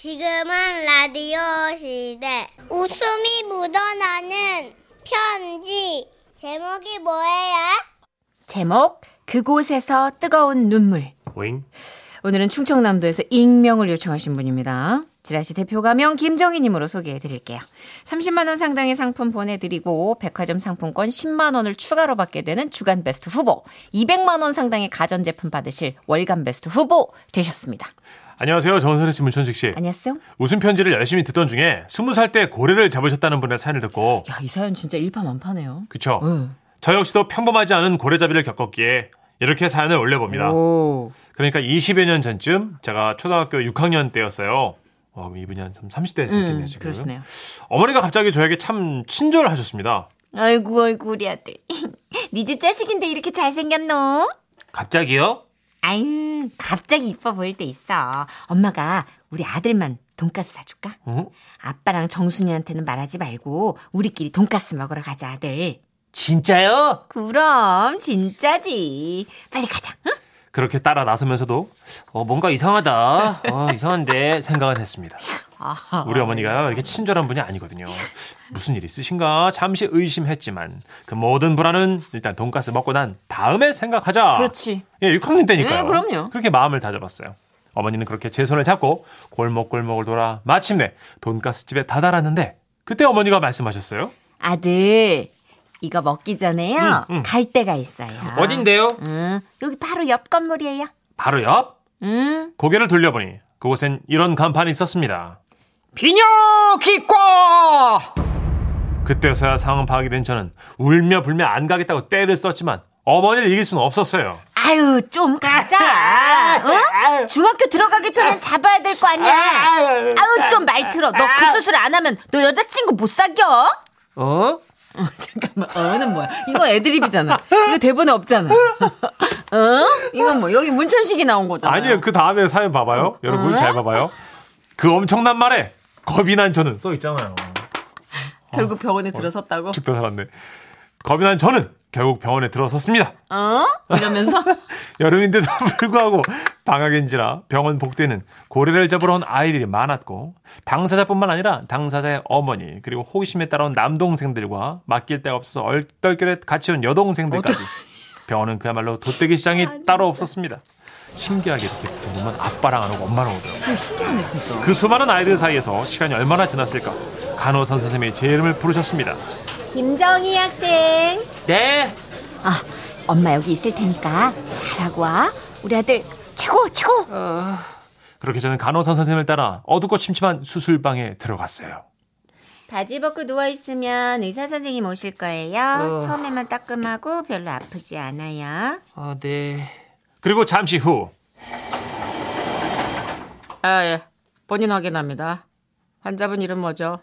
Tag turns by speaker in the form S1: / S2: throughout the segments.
S1: 지금은 라디오 시대. 웃음이 묻어나는 편지. 제목이 뭐예요?
S2: 제목 그곳에서 뜨거운 눈물.
S3: 윙.
S2: 오늘은 충청남도에서 익명을 요청하신 분입니다. 지라시 대표 가명 김정희님으로 소개해 드릴게요. 30만 원 상당의 상품 보내드리고 백화점 상품권 10만 원을 추가로 받게 되는 주간 베스트 후보, 200만 원 상당의 가전 제품 받으실 월간 베스트 후보 되셨습니다.
S3: 안녕하세요. 정선혜 씨, 문천식 씨.
S2: 안녕하세요.
S3: 웃음 편지를 열심히 듣던 중에 스무 살 때 고래를 잡으셨다는 분의 사연을 듣고
S2: 야, 이 사연 진짜 일파만파네요.
S3: 그쵸?
S2: 응.
S3: 저 역시도 평범하지 않은 고래잡이를 겪었기에 이렇게 사연을 올려봅니다.
S2: 오.
S3: 그러니까 20여 년 전쯤 제가 초등학교 6학년 때였어요. 어, 이분이 한 30대
S2: 음,
S3: 생각이네요, 지금.
S2: 그러시네요.
S3: 어머니가 갑자기 저에게 참 친절하셨습니다.
S2: 아이고, 아이고, 우리 아들. 네 집 자식인데 이렇게 잘생겼노?
S3: 갑자기요?
S2: 아유, 갑자기 이뻐 보일 때 있어. 엄마가 우리 아들만 돈가스 사줄까?
S3: 응?
S2: 아빠랑 정순이한테는 말하지 말고 우리끼리 돈가스 먹으러 가자, 아들.
S3: 진짜요?
S2: 그럼 진짜지. 빨리 가자. 응?
S3: 그렇게 따라 나서면서도 어, 뭔가 이상하다. 어, 이상한데 생각은 했습니다.
S2: 아하. 네.
S3: 우리 어머니가 이렇게 친절한 분이 아니거든요. 무슨 일 있으신가 잠시 의심했지만 그 모든 불안은 일단 돈가스 먹고 난 다음에
S2: 아.
S3: 생각하자.
S2: 그렇지.
S3: 예, 6학년 때니까요.
S2: 예, 그럼요.
S3: 그렇게 마음을 다잡았어요. 어머니는 그렇게 제 손을 잡고 골목골목을 돌아 마침내 돈가스 집에 다다랐는데 그때 어머니가 말씀하셨어요.
S2: 아들, 이거 먹기 전에요.
S3: 응, 응.
S2: 갈 데가 있어요. 응, 여기 바로 옆 건물이에요.
S3: 바로 옆.
S2: 응.
S3: 고개를 돌려보니 그곳엔 이런 간판이 있었습니다.
S2: 비녀기과!
S3: 그때서야 상황 파악이 된 저는 울며 불며 안 가겠다고 떼를 썼지만 어머니를 이길 수는 없었어요.
S2: 아유, 좀 가자. 어? 중학교 들어가기 전엔 잡아야 될 거 아니야. 아유, 좀 말 들어. 너 그 수술 안 하면 너 여자친구 못 사겨?
S3: 어?
S2: 어, 잠깐만, 어는 뭐야? 이거 애드립이잖아. 이거 대본에 없잖아. 어? 이건 뭐, 여기 문천식이 나온 거잖아.
S3: 아니요. 그 다음에 사연
S2: 어?
S3: 봐봐요. 여러분 잘 봐봐요. 그 엄청난 말에 겁이 난 저는 써 있잖아요.
S2: 결국 병원에 들어섰다고?
S3: 죽다 살았네. 겁이 난 저는 결국 병원에 들어섰습니다.
S2: 어? 이러면서?
S3: 여름인데도 불구하고 방학인지라 병원 복대는 고래를 잡으러 온 아이들이 많았고 당사자뿐만 아니라 당사자의 어머니 그리고 호기심에 따라온 남동생들과 맡길 데가 없어서 얼떨결에 같이 온 여동생들까지 병원은 그야말로 돗대기 시장이
S2: 아,
S3: 따로 없었습니다. 신기하게 이렇게 보면 아빠랑 안 오고 엄마랑 오더라고요.
S2: 좀 신기하네, 진짜.
S3: 그 수많은 아이들 사이에서 시간이 얼마나 지났을까 간호사 선생님이 제 이름을 부르셨습니다.
S2: 김정희 학생.
S3: 네.
S2: 아, 엄마 여기 있을 테니까 잘하고 와. 우리 아들, 최고, 최고!
S4: 어,
S3: 그렇게 저는 간호사 선생님을 따라 어둡고 침침한 수술방에 들어갔어요.
S2: 바지 벗고 누워 있으면 의사 선생님 오실 거예요. 처음에만 따끔하고 별로 아프지 않아요.
S4: 어,
S5: 아, 네.
S3: 그리고 잠시 후
S5: 아, 예. 본인 확인합니다. 환자분 이름 뭐죠?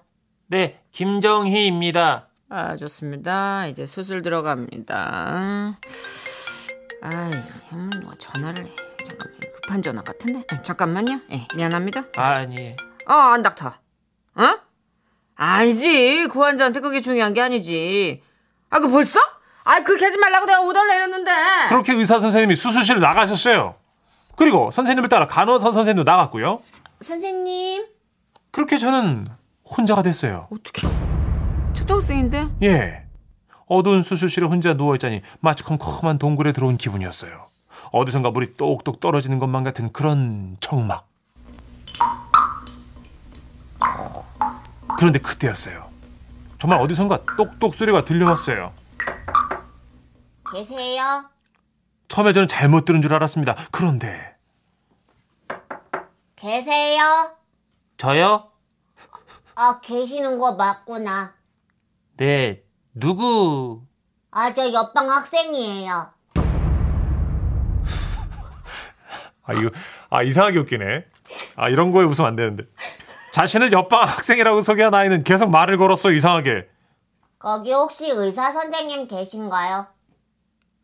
S4: 네, 김정희입니다.
S5: 아, 좋습니다. 이제 수술 들어갑니다. 아이씨, 음, 누가 전화를 해. 잠깐만, 급한 전화 같은데? 아, 잠깐만요. 예, 미안합니다.
S4: 아니,
S5: 어, 안 닥터. 어? 아니지. 그 환자한테 그게 중요한 게 아니지. 아, 그 벌써? 아, 그렇게 하지 말라고 내가 오달라 이랬는데.
S3: 그렇게 의사 선생님이 수술실을 나가셨어요. 그리고 선생님을 따라 간호사 선생님도 나갔고요.
S1: 선생님.
S3: 그렇게 저는 혼자가 됐어요.
S5: 어떻게? 초등학생인데?
S3: 예. 어두운 수술실에 혼자 누워있자니 마치 컴컴한 동굴에 들어온 기분이었어요. 어디선가 물이 똑똑 떨어지는 것만 같은 그런 청막. 그런데 그때였어요. 정말 어디선가 똑똑 소리가 들려왔어요.
S1: 계세요?
S3: 처음에 저는 잘못 들은 줄 알았습니다. 그런데
S1: 계세요?
S4: 저요?
S1: 아, 계시는 거 맞구나.
S4: 네, 누구?
S1: 아, 저 옆방 학생이에요.
S3: 아 이거 아 이상하게 웃기네. 아 이런 거에 웃으면 안 되는데. 자신을 옆방 학생이라고 소개한 아이는 계속 말을 걸었어 이상하게.
S1: 거기 혹시 의사 선생님 계신가요?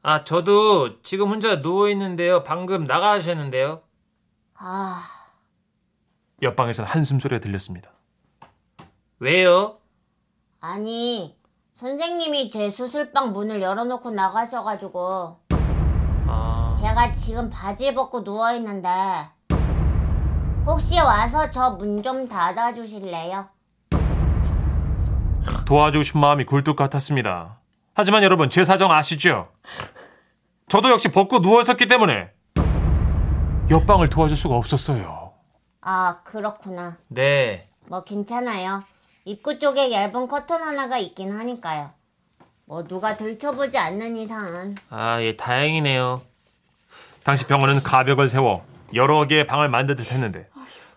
S4: 아, 저도 지금 혼자 누워있는데요. 방금 나가셨는데요.
S1: 아,
S3: 옆방에서는 한숨 소리가 들렸습니다.
S4: 왜요?
S1: 아니, 선생님이 제 수술방 문을 열어놓고 나가셔가지고,
S4: 아,
S1: 제가 지금 바지 벗고 누워있는데, 혹시 와서 저 문 좀 닫아주실래요?
S3: 도와주고 싶은 마음이 굴뚝 같았습니다. 하지만 여러분 제 사정 아시죠? 저도 역시 벗고 누워 있었기 때문에 옆방을 도와줄 수가 없었어요.
S1: 아, 그렇구나.
S4: 네.
S1: 뭐 괜찮아요. 입구 쪽에 얇은 커튼 하나가 있긴 하니까요. 뭐 누가 들춰보지 않는 이상은.
S4: 아, 예, 다행이네요.
S3: 당시 병원은 가벽을 세워 여러 개의 방을 만들듯 했는데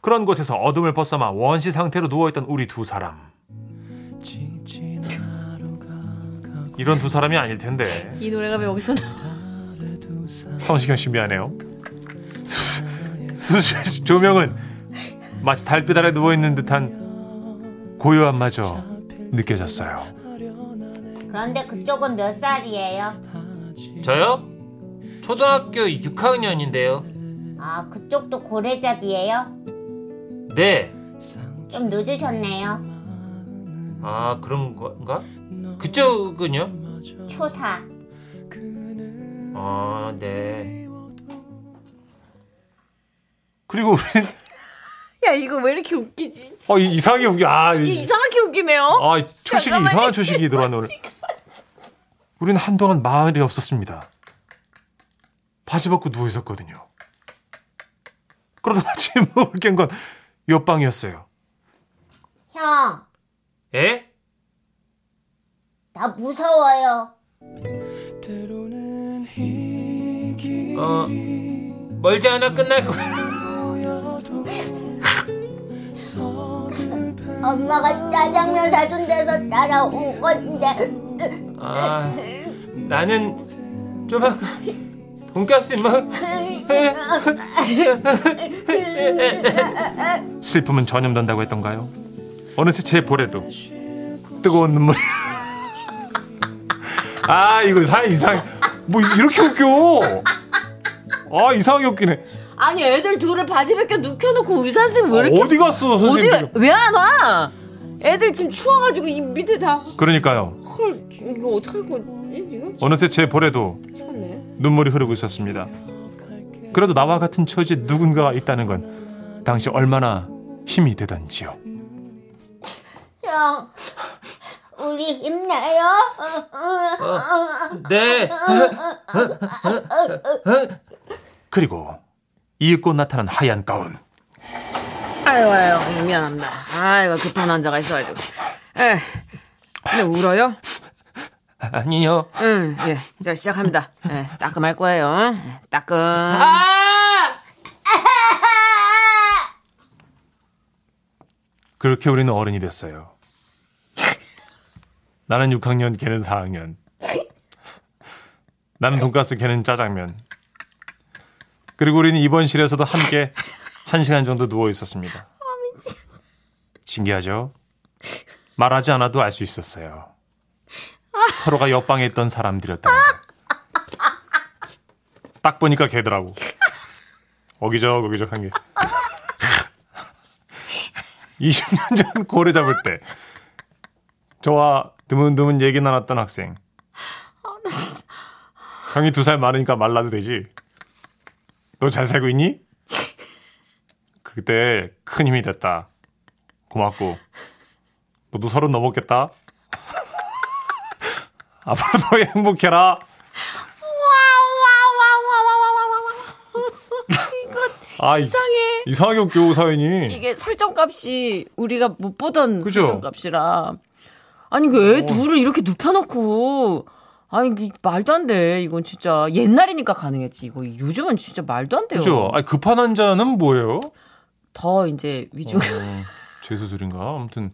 S3: 그런 곳에서 어둠을 벗어마 원시 상태로 누워있던 우리 두 사람. 이런 두 사람이 아닐 텐데.
S2: 이 노래가 왜 여기서 나?
S3: 성시경 씨 미안해요. 수, 수, 조명은 마치 달빛 아래 누워 있는 듯한 고요함마저 느껴졌어요.
S1: 그런데 그쪽은 몇 살이에요?
S4: 저요? 초등학교 6학년인데요.
S1: 아, 그쪽도 고래잡이에요?
S4: 네.
S1: 좀 늦으셨네요.
S4: 아, 그런 건가? 그쪽은요?
S1: 초사.
S4: 아, 네.
S3: 그리고 우린
S2: 야 이거 왜 이렇게 웃기지?
S3: 어, 이- 이상하게 웃기 아,
S2: 이게
S3: 이,
S2: 이상하게 웃기네요.
S3: 아 초식이
S2: 잠깐만요.
S3: 이상한 초식이 들어왔네 오늘. 우린 한동안 마을이 없었습니다. 바지 벗고 누워 있었거든요. 그러다 마침 울깬 건 옆방이었어요.
S1: 형,
S4: 예?
S1: 나 무서워요.
S4: 어, 멀지 않아 끝날 거.
S1: 엄마가 짜장면 사준 데서 따라온 건데.
S4: 아, 나는 좀 아까 돈가스 먹.
S3: 슬픔은 전염된다고 했던가요? 어느새 제 볼에도 뜨거운 눈물이 아 이거 사 이상 뭐 이렇게 웃겨 아 이상하게 웃기네
S2: 아니 애들 둘을 바지 벗겨 눕혀놓고 의사 선생님 왜 이렇게
S3: 아, 어디 갔어
S2: 어디
S3: 선생님
S2: 왜 안 와? 애들 지금 추워가지고 이 밑에 다헐
S3: 그러니까요
S2: 이거 어떡할 거지 지금?
S3: 어느새 제 볼에도
S2: 참네.
S3: 눈물이 흐르고 있었습니다 그래도 나와 같은 처지에 누군가가 있다는 건 당시 얼마나 힘이 되던지요
S1: 형, 우리 힘내요.
S4: 네.
S3: 그리고 이윽고 나타난 하얀 가운
S2: 아유 아유 미안합니다. 아이고 급한 환자가 있어가지고. 에. 근데 울어요?
S4: 아니요.
S2: 응, 예. 자, 시작합니다. 예, 따끔할 거예요. 예, 따끔.
S4: 아!
S3: 그렇게 우리는 어른이 됐어요. 나는 6학년, 걔는 4학년. 나는 돈가스, 걔는 짜장면. 그리고 우리는 입원실에서도 함께 1시간 정도 누워 있었습니다. 신기하죠? 말하지 않아도 알 수 있었어요. 서로가 옆방에 있던 사람들이었다는 걸. 딱 보니까 걔더라고. 어기적 어기적한 게. 20년 전 고래 잡을 때 저와 드문드문 얘기 나눴던 학생
S2: 아,
S3: 형이 두 살 많으니까 말라도 되지 너 잘 살고 있니? 그때 큰 힘이 됐다 고맙고 너도 서른 넘었겠다 앞으로도 행복해라 아, 이-
S2: 이상해.
S3: 이상하게 웃겨 사연이
S2: 이게 설정값이 우리가 못 보던
S3: 예. 그죠? 어.
S2: 설정값이라. 아니 그 애 둘을 이렇게 눕혀놓고 아니 이게 말도 안 돼. 이건 진짜 옛날이니까 가능했지. 이거 요즘은 진짜 말도 안 돼요.
S3: 그죠? 아니, 급한 환자는 뭐예요?
S2: 더 이제 위중
S3: 어, 재수술인가? 아무튼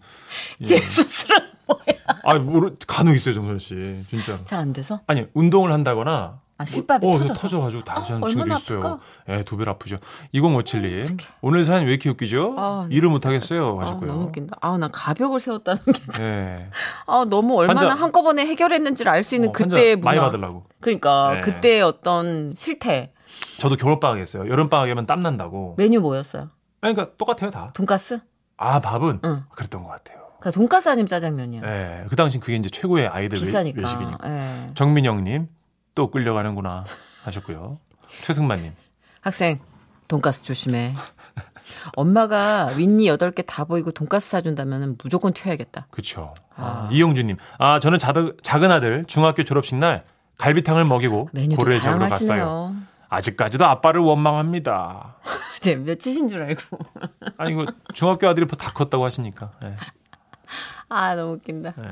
S2: 제 수술은 뭐야?
S3: 아, 모르, 간혹 있어요, 정선 씨. 진짜.
S2: 잘 안 돼서?
S3: 아니, 운동을 한다거나
S2: 아, 실밥이
S3: 어,
S2: 터져서?
S3: 터져가지고 다시 하는
S2: 아,
S3: 친구도
S2: 얼마나
S3: 있어요.
S2: 아플까? 어,
S3: 예, 두 배로 아프죠. 2057님. 오늘 사연 왜 이렇게 웃기죠?
S2: 아,
S3: 일을 못하겠어요.
S2: 아,
S3: 하셨고요.
S2: 너무 웃긴다. 아, 나 가벽을 세웠다는 게. 참-
S3: 예.
S2: 아, 너무 얼마나
S3: 환자-
S2: 한꺼번에 해결했는지를 알 수 있는
S3: 어, 환자
S2: 그때의 문화.
S3: 많이 받으려고.
S2: 그러니까
S3: 네.
S2: 그때의 어떤 실태.
S3: 저도 겨울방학 했어요. 여름방학 하면 땀난다고.
S2: 메뉴 뭐였어요?
S3: 아니, 그러니까 똑같아요, 다.
S2: 돈가스?
S3: 아, 밥은?
S2: 응.
S3: 그랬던 것 같아요.
S2: 그러니까 돈가스 아니면 짜장면이야.
S3: 예. 그 당시 그게 이제 최고의 아이들 외-
S2: 비싸니까.
S3: 외식이니까.
S2: 예.
S3: 정민영님, 또 끌려가는구나 하셨고요. 최승만님.
S2: 학생 돈가스 조심해. 엄마가 윗니 8개 다 보이고 돈가스 사준다면 무조건 튀어야겠다.
S3: 그쵸. 이영주님, 아, 저는 자, 작은 아들 중학교 졸업식 날 갈비탕을 먹이고
S2: 메뉴도
S3: 고래를 잡으러 갔어요.
S2: 다양하시네요.
S3: 아직까지도 아빠를 원망합니다.
S2: 네, 몇이신 줄 알고.
S3: 아니, 이거 중학교 아들이 뭐다 컸다고 하시니까. 예,
S2: 아, 너무 웃긴다.
S3: 예.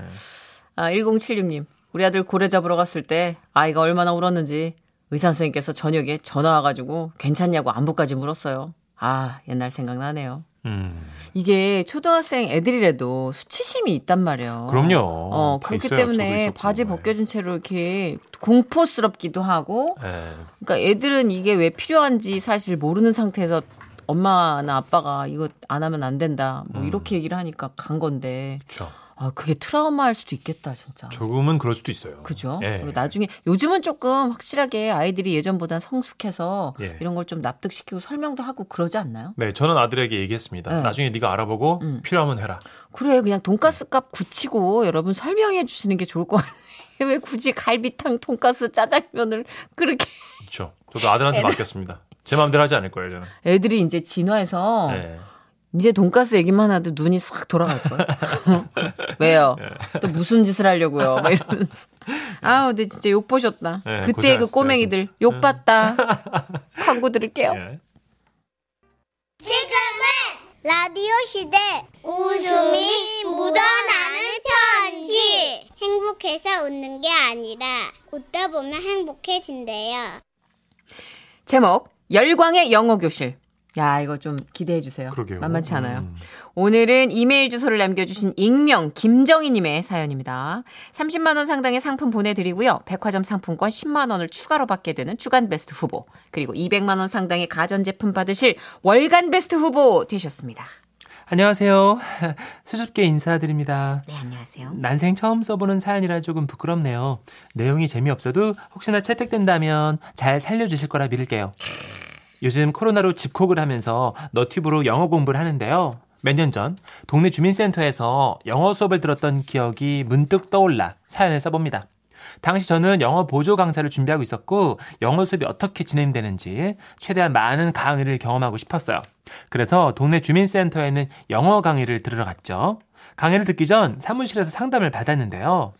S2: 아, 1076님. 우리 아들 고래 잡으러 갔을 때 아이가 얼마나 울었는지 의사 선생님께서 저녁에 전화 와가지고 괜찮냐고 안부까지 물었어요. 아, 옛날 생각나네요.
S3: 음,
S2: 이게 초등학생 애들이라도 수치심이 있단 말이에요.
S3: 그럼요.
S2: 어,
S3: 다
S2: 그렇기
S3: 있어요. 저도
S2: 때문에
S3: 있었고.
S2: 바지
S3: 예.
S2: 벗겨진 채로 이렇게 공포스럽기도 하고,
S3: 예.
S2: 그러니까 애들은 이게 왜 필요한지 사실 모르는 상태에서 엄마나 아빠가 이거 안 하면 안 된다,
S3: 음.
S2: 뭐 이렇게 얘기를 하니까 간 건데,
S3: 그렇죠.
S2: 아, 그게 트라우마일 수도 있겠다, 진짜.
S3: 조금은 그럴 수도 있어요.
S2: 그죠?
S3: 예.
S2: 그리고 나중에 요즘은 조금 확실하게 아이들이 예전보다 성숙해서
S3: 예.
S2: 이런 걸 좀 납득시키고 설명도 하고 그러지 않나요?
S3: 네, 저는 아들에게 얘기했습니다.
S2: 네.
S3: 나중에 네가 알아보고
S2: 음.
S3: 필요하면 해라.
S2: 그래 그냥 돈가스
S3: 예.
S2: 값 굳히고 여러분 설명해 주시는 게 좋을 것 같아요. 왜 굳이 갈비탕, 돈가스, 짜장면을 그렇게
S3: 그렇죠. 저도
S2: 예.
S3: 아들한테 맡겼습니다. 제 마음대로 하지 않을 거예요, 저는.
S2: 애들이 이제 진화해서
S3: 예.
S2: 이제 돈가스 얘기만 하도 눈이 싹 돌아갈 거야. 왜요? 또 무슨 짓을 하려고요? 막 이러면서. 아우, 근데 진짜 욕 보셨다.
S3: 네,
S2: 그때 그
S3: 고생하셨어요,
S2: 꼬맹이들
S3: 진짜. 네.
S2: 욕 봤다. 광고 들을게요.
S3: 예.
S6: 라디오 시대 웃음이 묻어나는 편지 행복해서 웃는 게 아니라 웃다 보면 행복해진대요.
S2: 제목 열광의 영어 교실. 야, 이거 좀 기대해 주세요.
S3: 그러게요.
S2: 만만치 않아요.
S3: 음.
S2: 오늘은 이메일 주소를 남겨주신 익명 김정희님의 사연입니다. 30만 원 상당의 상품 보내드리고요. 백화점 상품권 10만 원을 추가로 받게 되는 주간 베스트 후보 그리고 200만 원 상당의 가전 제품 받으실 월간 베스트 후보 되셨습니다.
S4: 안녕하세요. 수줍게 인사드립니다.
S2: 네, 안녕하세요.
S4: 난생 처음 써보는 사연이라 조금 부끄럽네요. 내용이 재미없어도 혹시나 채택된다면 잘 살려주실 거라 믿을게요. 요즘 코로나로 집콕을 하면서 너튜브로 영어 공부를 하는데요. 몇 년 전 동네 주민센터에서 영어 수업을 들었던 기억이 문득 떠올라 사연을 써봅니다. 당시 저는 영어 보조 강사를 준비하고 있었고 영어 수업이 어떻게 진행되는지 최대한 많은 강의를 경험하고 싶었어요. 그래서 동네 주민센터에는 영어 강의를 들으러 갔죠. 강의를 듣기 전 사무실에서 상담을 받았는데요.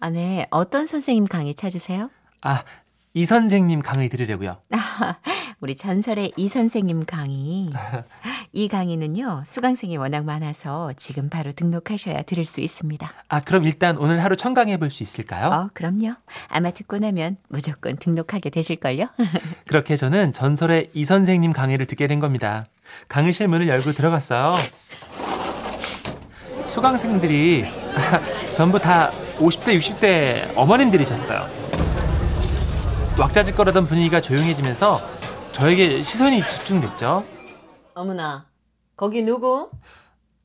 S2: 아, 네. 어떤 선생님 강의 찾으세요?
S4: 아, 이 선생님 강의 들으려고요.
S2: 우리 전설의 이 선생님 강의. 이 강의는요, 수강생이 워낙 많아서 지금 바로 등록하셔야 들을 수 있습니다.
S4: 아, 그럼 일단 오늘 하루 청강해 볼 수 있을까요?
S2: 어, 그럼요. 아마 듣고 나면 무조건 등록하게 되실걸요?
S4: 그렇게 저는 전설의 이 선생님 강의를 듣게 된 겁니다. 강의실 문을 열고 들어갔어요. 수강생들이 전부 다 50대, 60대 어머님들이셨어요. 왁자지껄하던 분위기가 조용해지면서 저에게 시선이 집중됐죠.
S2: 어머나, 거기 누구?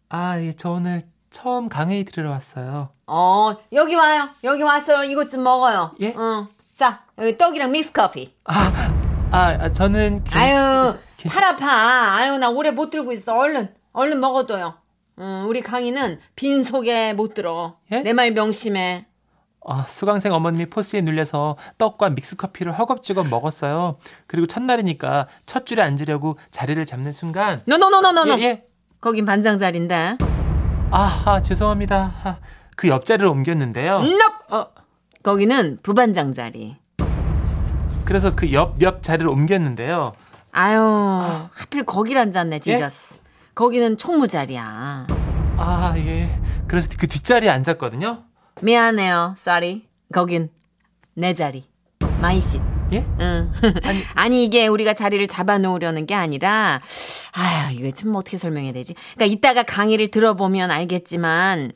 S4: 아, 예, 저 오늘 처음 강의 들으러 왔어요.
S2: 어, 여기 와요. 여기 와서 이것 좀 먹어요.
S4: 예?
S2: 응. 자, 여기 떡이랑 믹스커피.
S4: 아, 아, 아, 저는 괜-
S2: 아유,
S4: 괜-
S2: 팔 아파. 아유, 나 오래 못 들고 있어. 얼른, 얼른 먹어둬요. 응, 우리 강의는 빈속에 못 들어.
S4: 예?
S2: 내 말 명심해.
S4: 아, 수강생 어머님이 포스에 눌려서 떡과 믹스커피를 허겁지겁 먹었어요. 그리고 첫날이니까 첫 줄에 앉으려고 자리를 잡는 순간
S7: 어,
S2: 노노노노노노.
S4: 예, 예.
S2: 거긴 반장 자리인데.
S4: 아, 아, 죄송합니다. 아, 그 옆자리로 옮겼는데요.
S7: 음?
S2: 넙!
S4: 어,
S2: 거기는 부반장 자리.
S4: 그래서 그 옆 옆 자리를 옮겼는데요.
S2: 아유, 하필 거길
S4: 예?
S2: 앉았네, 지저스. 거기는 총무 자리야.
S4: 아, 예. 그래서 그 뒷자리에 앉았거든요.
S2: 미안해요. sorry. 거긴 내 자리. 마이 씨.
S4: 예?
S2: 응. 아니, 이게 우리가 자리를 잡아놓으려는 게 아니라 아휴 이거 참 어떻게 설명해야 되지? 그러니까 이따가 강의를 들어보면 알겠지만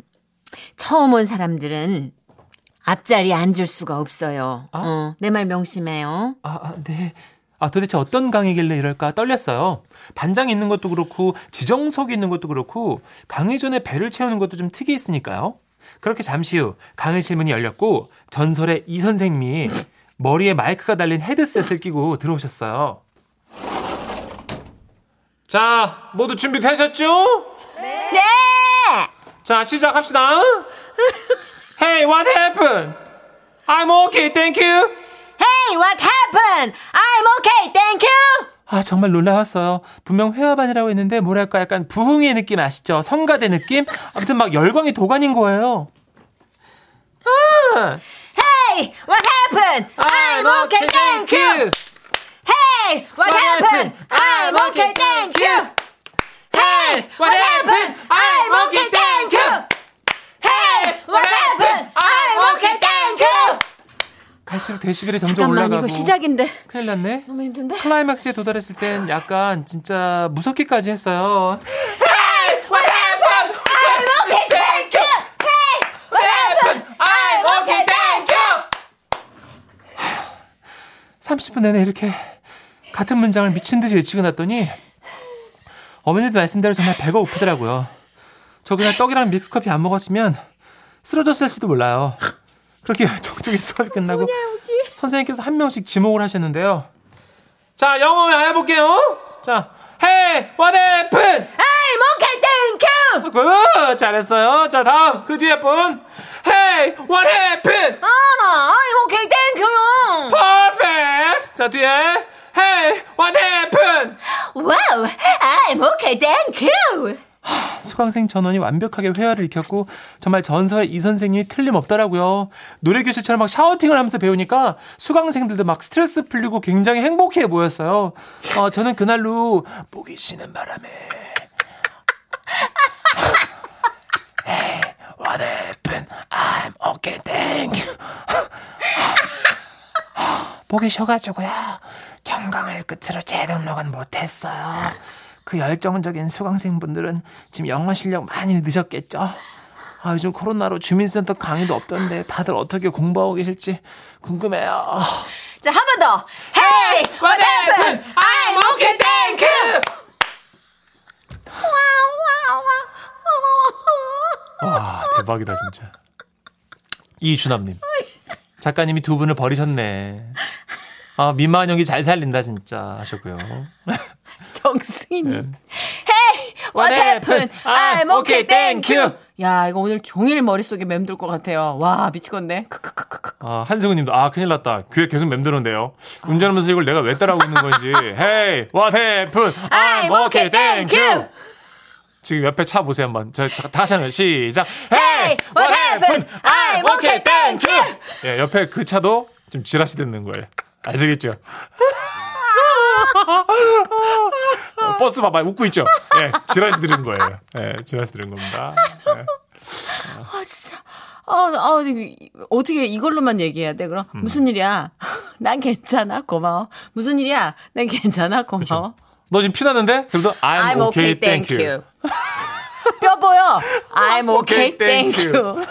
S2: 처음 온 사람들은 앞자리에 앉을 수가 없어요.
S4: 아?
S2: 어, 내 말 명심해요.
S4: 아, 아, 네. 아, 도대체 어떤 강의길래 이럴까 떨렸어요. 반장 있는 것도 그렇고, 지정석이 있는 것도 그렇고, 강의 전에 배를 채우는 것도 좀 특이했으니까요. 그렇게 잠시 후 강의 실문이 열렸고, 전설의 이 선생님이 머리에 마이크가 달린 헤드셋을 끼고 들어오셨어요.
S3: 자, 모두 준비되셨죠? 네! 자, 시작합시다.
S4: Hey, what happened? I'm okay, thank you.
S2: Hey, what happened? I'm okay, thank you.
S4: 아, 정말 놀라웠어요. 분명 회화반이라고 했는데, 뭐랄까, 약간 부흥의 느낌 아시죠? 성가대 느낌? 아무튼 막 열광이 도가닌 거예요. 아!
S7: Hey, what happened? I'm okay, thank you. Hey, what happened? I'm okay, thank you. Hey, what happened? I'm okay, thank you. Hey, what happened? I'm okay, thank you.
S4: 갈수록 데시벨이 점점
S7: 잠깐만
S4: 올라가고.
S7: 이거 시작인데
S4: 큰일 났네.
S7: 너무 힘든데.
S4: 클라이맥스에 도달했을 땐 약간 진짜 무섭기까지 했어요. Hey, what happened? I'm okay, thank you. Hey, what happened? I'm okay, thank you. 30분 내내 이렇게 같은 문장을 미친 듯이 외치고 났더니 어머니들 말씀대로 정말 배가 고프더라고요. 저 그냥 떡이랑 믹스커피 안 먹었으면 쓰러졌을 수도 몰라요. 그렇게 정적인 수업이 끝나고 선생님께서 한 명씩 지목을 하셨는데요. 자, 영어 해볼게요. 자, Hey, what happened?
S7: I'm okay, thank you.
S4: 굿, 잘했어요. 자, 다음 그 뒤에 분. Hey, what happened?
S7: 아, I'm okay, thank you.
S4: Perfect. 자, 뒤에 Hey, what happened?
S7: Wow, I'm okay, thank you.
S4: 수강생 전원이 완벽하게 회화를 익혔고 정말 전설의 이 선생님이 틀림없더라고요. 노래 교실처럼 막 샤우팅을 하면서 배우니까 수강생들도 막 스트레스 풀리고 굉장히 행복해 보였어요. 어, 저는 그날로 목이 쉬는 바람에 Hey, what happened? I'm okay, thank you. 목이 쉬어가지고요. 정강을 끝으로 재등록은 못했어요. 그 열정적인 수강생분들은 지금 영어 실력 많이 늦었겠죠? 아, 요즘 코로나로 주민센터 강의도 없던데 다들 어떻게 공부하고 계실지 궁금해요.
S7: 자, 한 번 더. Hey, what happened? I'm okay, thank you.
S3: 와, 대박이다, 진짜.
S4: 이준합님. 작가님이 두 분을 버리셨네. 아, 민망한 연기 잘 살린다, 진짜. 하셨고요.
S3: 네.
S7: 정승희님. Hey, what happened? I'm okay, thank you. 야, 이거 오늘 종일 머릿속에 맴돌 것 같아요. 와, 미치겠네. 크크크크크.
S3: 아, 한승우 님도, 아, 큰일 났다. 귀에 계속 맴드는데요. 운전하면서 이걸 내가 왜 따라하고 있는 건지. Hey, what happened? I'm okay, thank you. 지금 옆에 차 보세요, 한번. 저, 다- 다시 한번 시작. Hey, what happened? I'm okay, thank you. 예, 옆에 그 차도 지금 지라시 듣는 거예요. 아시겠죠? 어, 버스 봐봐, 웃고 있죠? 예, 지라시 들은 거예요. 예, 지라시 들은 겁니다. 예.
S7: 아, 진짜. 아, 아, 이거 어떻게 이걸로만 얘기해야 돼, 그럼?
S3: 음.
S7: 무슨 일이야? 난 괜찮아, 고마워. 무슨 일이야? 난 괜찮아, 고마워.
S3: 너 지금 피나는데? 그래도 그렇죠. I'm, okay,
S7: I'm okay,
S3: thank,
S7: thank
S3: you.
S7: you. 뼈 보여. I'm okay,
S3: okay, thank
S7: thank you.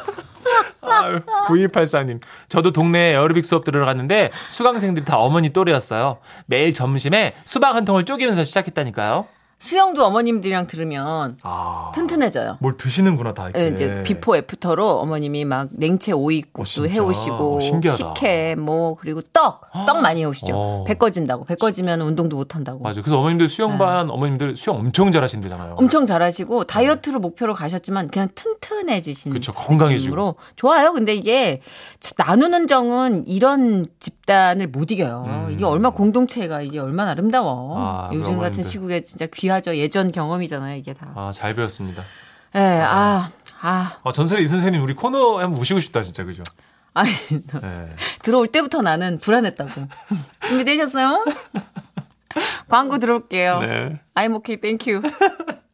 S4: 9284님. 저도 동네 에어로빅 수업 들으러 갔는데 수강생들이 다 어머니 또래였어요. 매일 점심에 수박 한 통을 쪼개면서 시작했다니까요.
S7: 수영도 어머님들이랑 들으면
S3: 아,
S7: 튼튼해져요.
S3: 뭘 드시는구나, 다
S7: 예,
S3: 이렇게.
S7: 이제 비포 애프터로 어머님이 막 냉채 오이국수
S3: 어, 진짜?
S7: 해오시고
S3: 어, 신기하다.
S7: 식혜 뭐 그리고 떡 떡 많이 해오시죠.
S3: 어.
S7: 배 꺼진다고 배 꺼지면 운동도 못 한다고.
S3: 맞아. 그래서 어머님들
S4: 네.
S3: 수영반 어머님들 수영 엄청 잘하신대잖아요.
S7: 엄청 잘하시고 다이어트로 목표로 가셨지만 그냥 튼튼해지신
S3: 네. 그쵸, 건강해지고.
S7: 느낌으로 좋아요. 근데 이게 참 나누는 정은 이런 집단을 못 이겨요.
S3: 음.
S7: 이게 얼마 공동체가 이게 얼마나 아름다워.
S3: 아, 우리
S7: 요즘 같은
S3: 어머님들.
S7: 시국에 진짜 귀하죠. 예전 경험이잖아요, 이게 다.
S3: 아, 잘 배웠습니다.
S7: 예, 아, 아,
S3: 아, 전설의 이 선생님 우리 코너에 한번 모시고 싶다, 진짜. 그죠?
S7: 아니,
S3: 네.
S7: 들어올 때부터 나는 불안했다고. 준비되셨어요? 광고 들어올게요.
S3: 네.
S7: 어. I'm okay, thank you.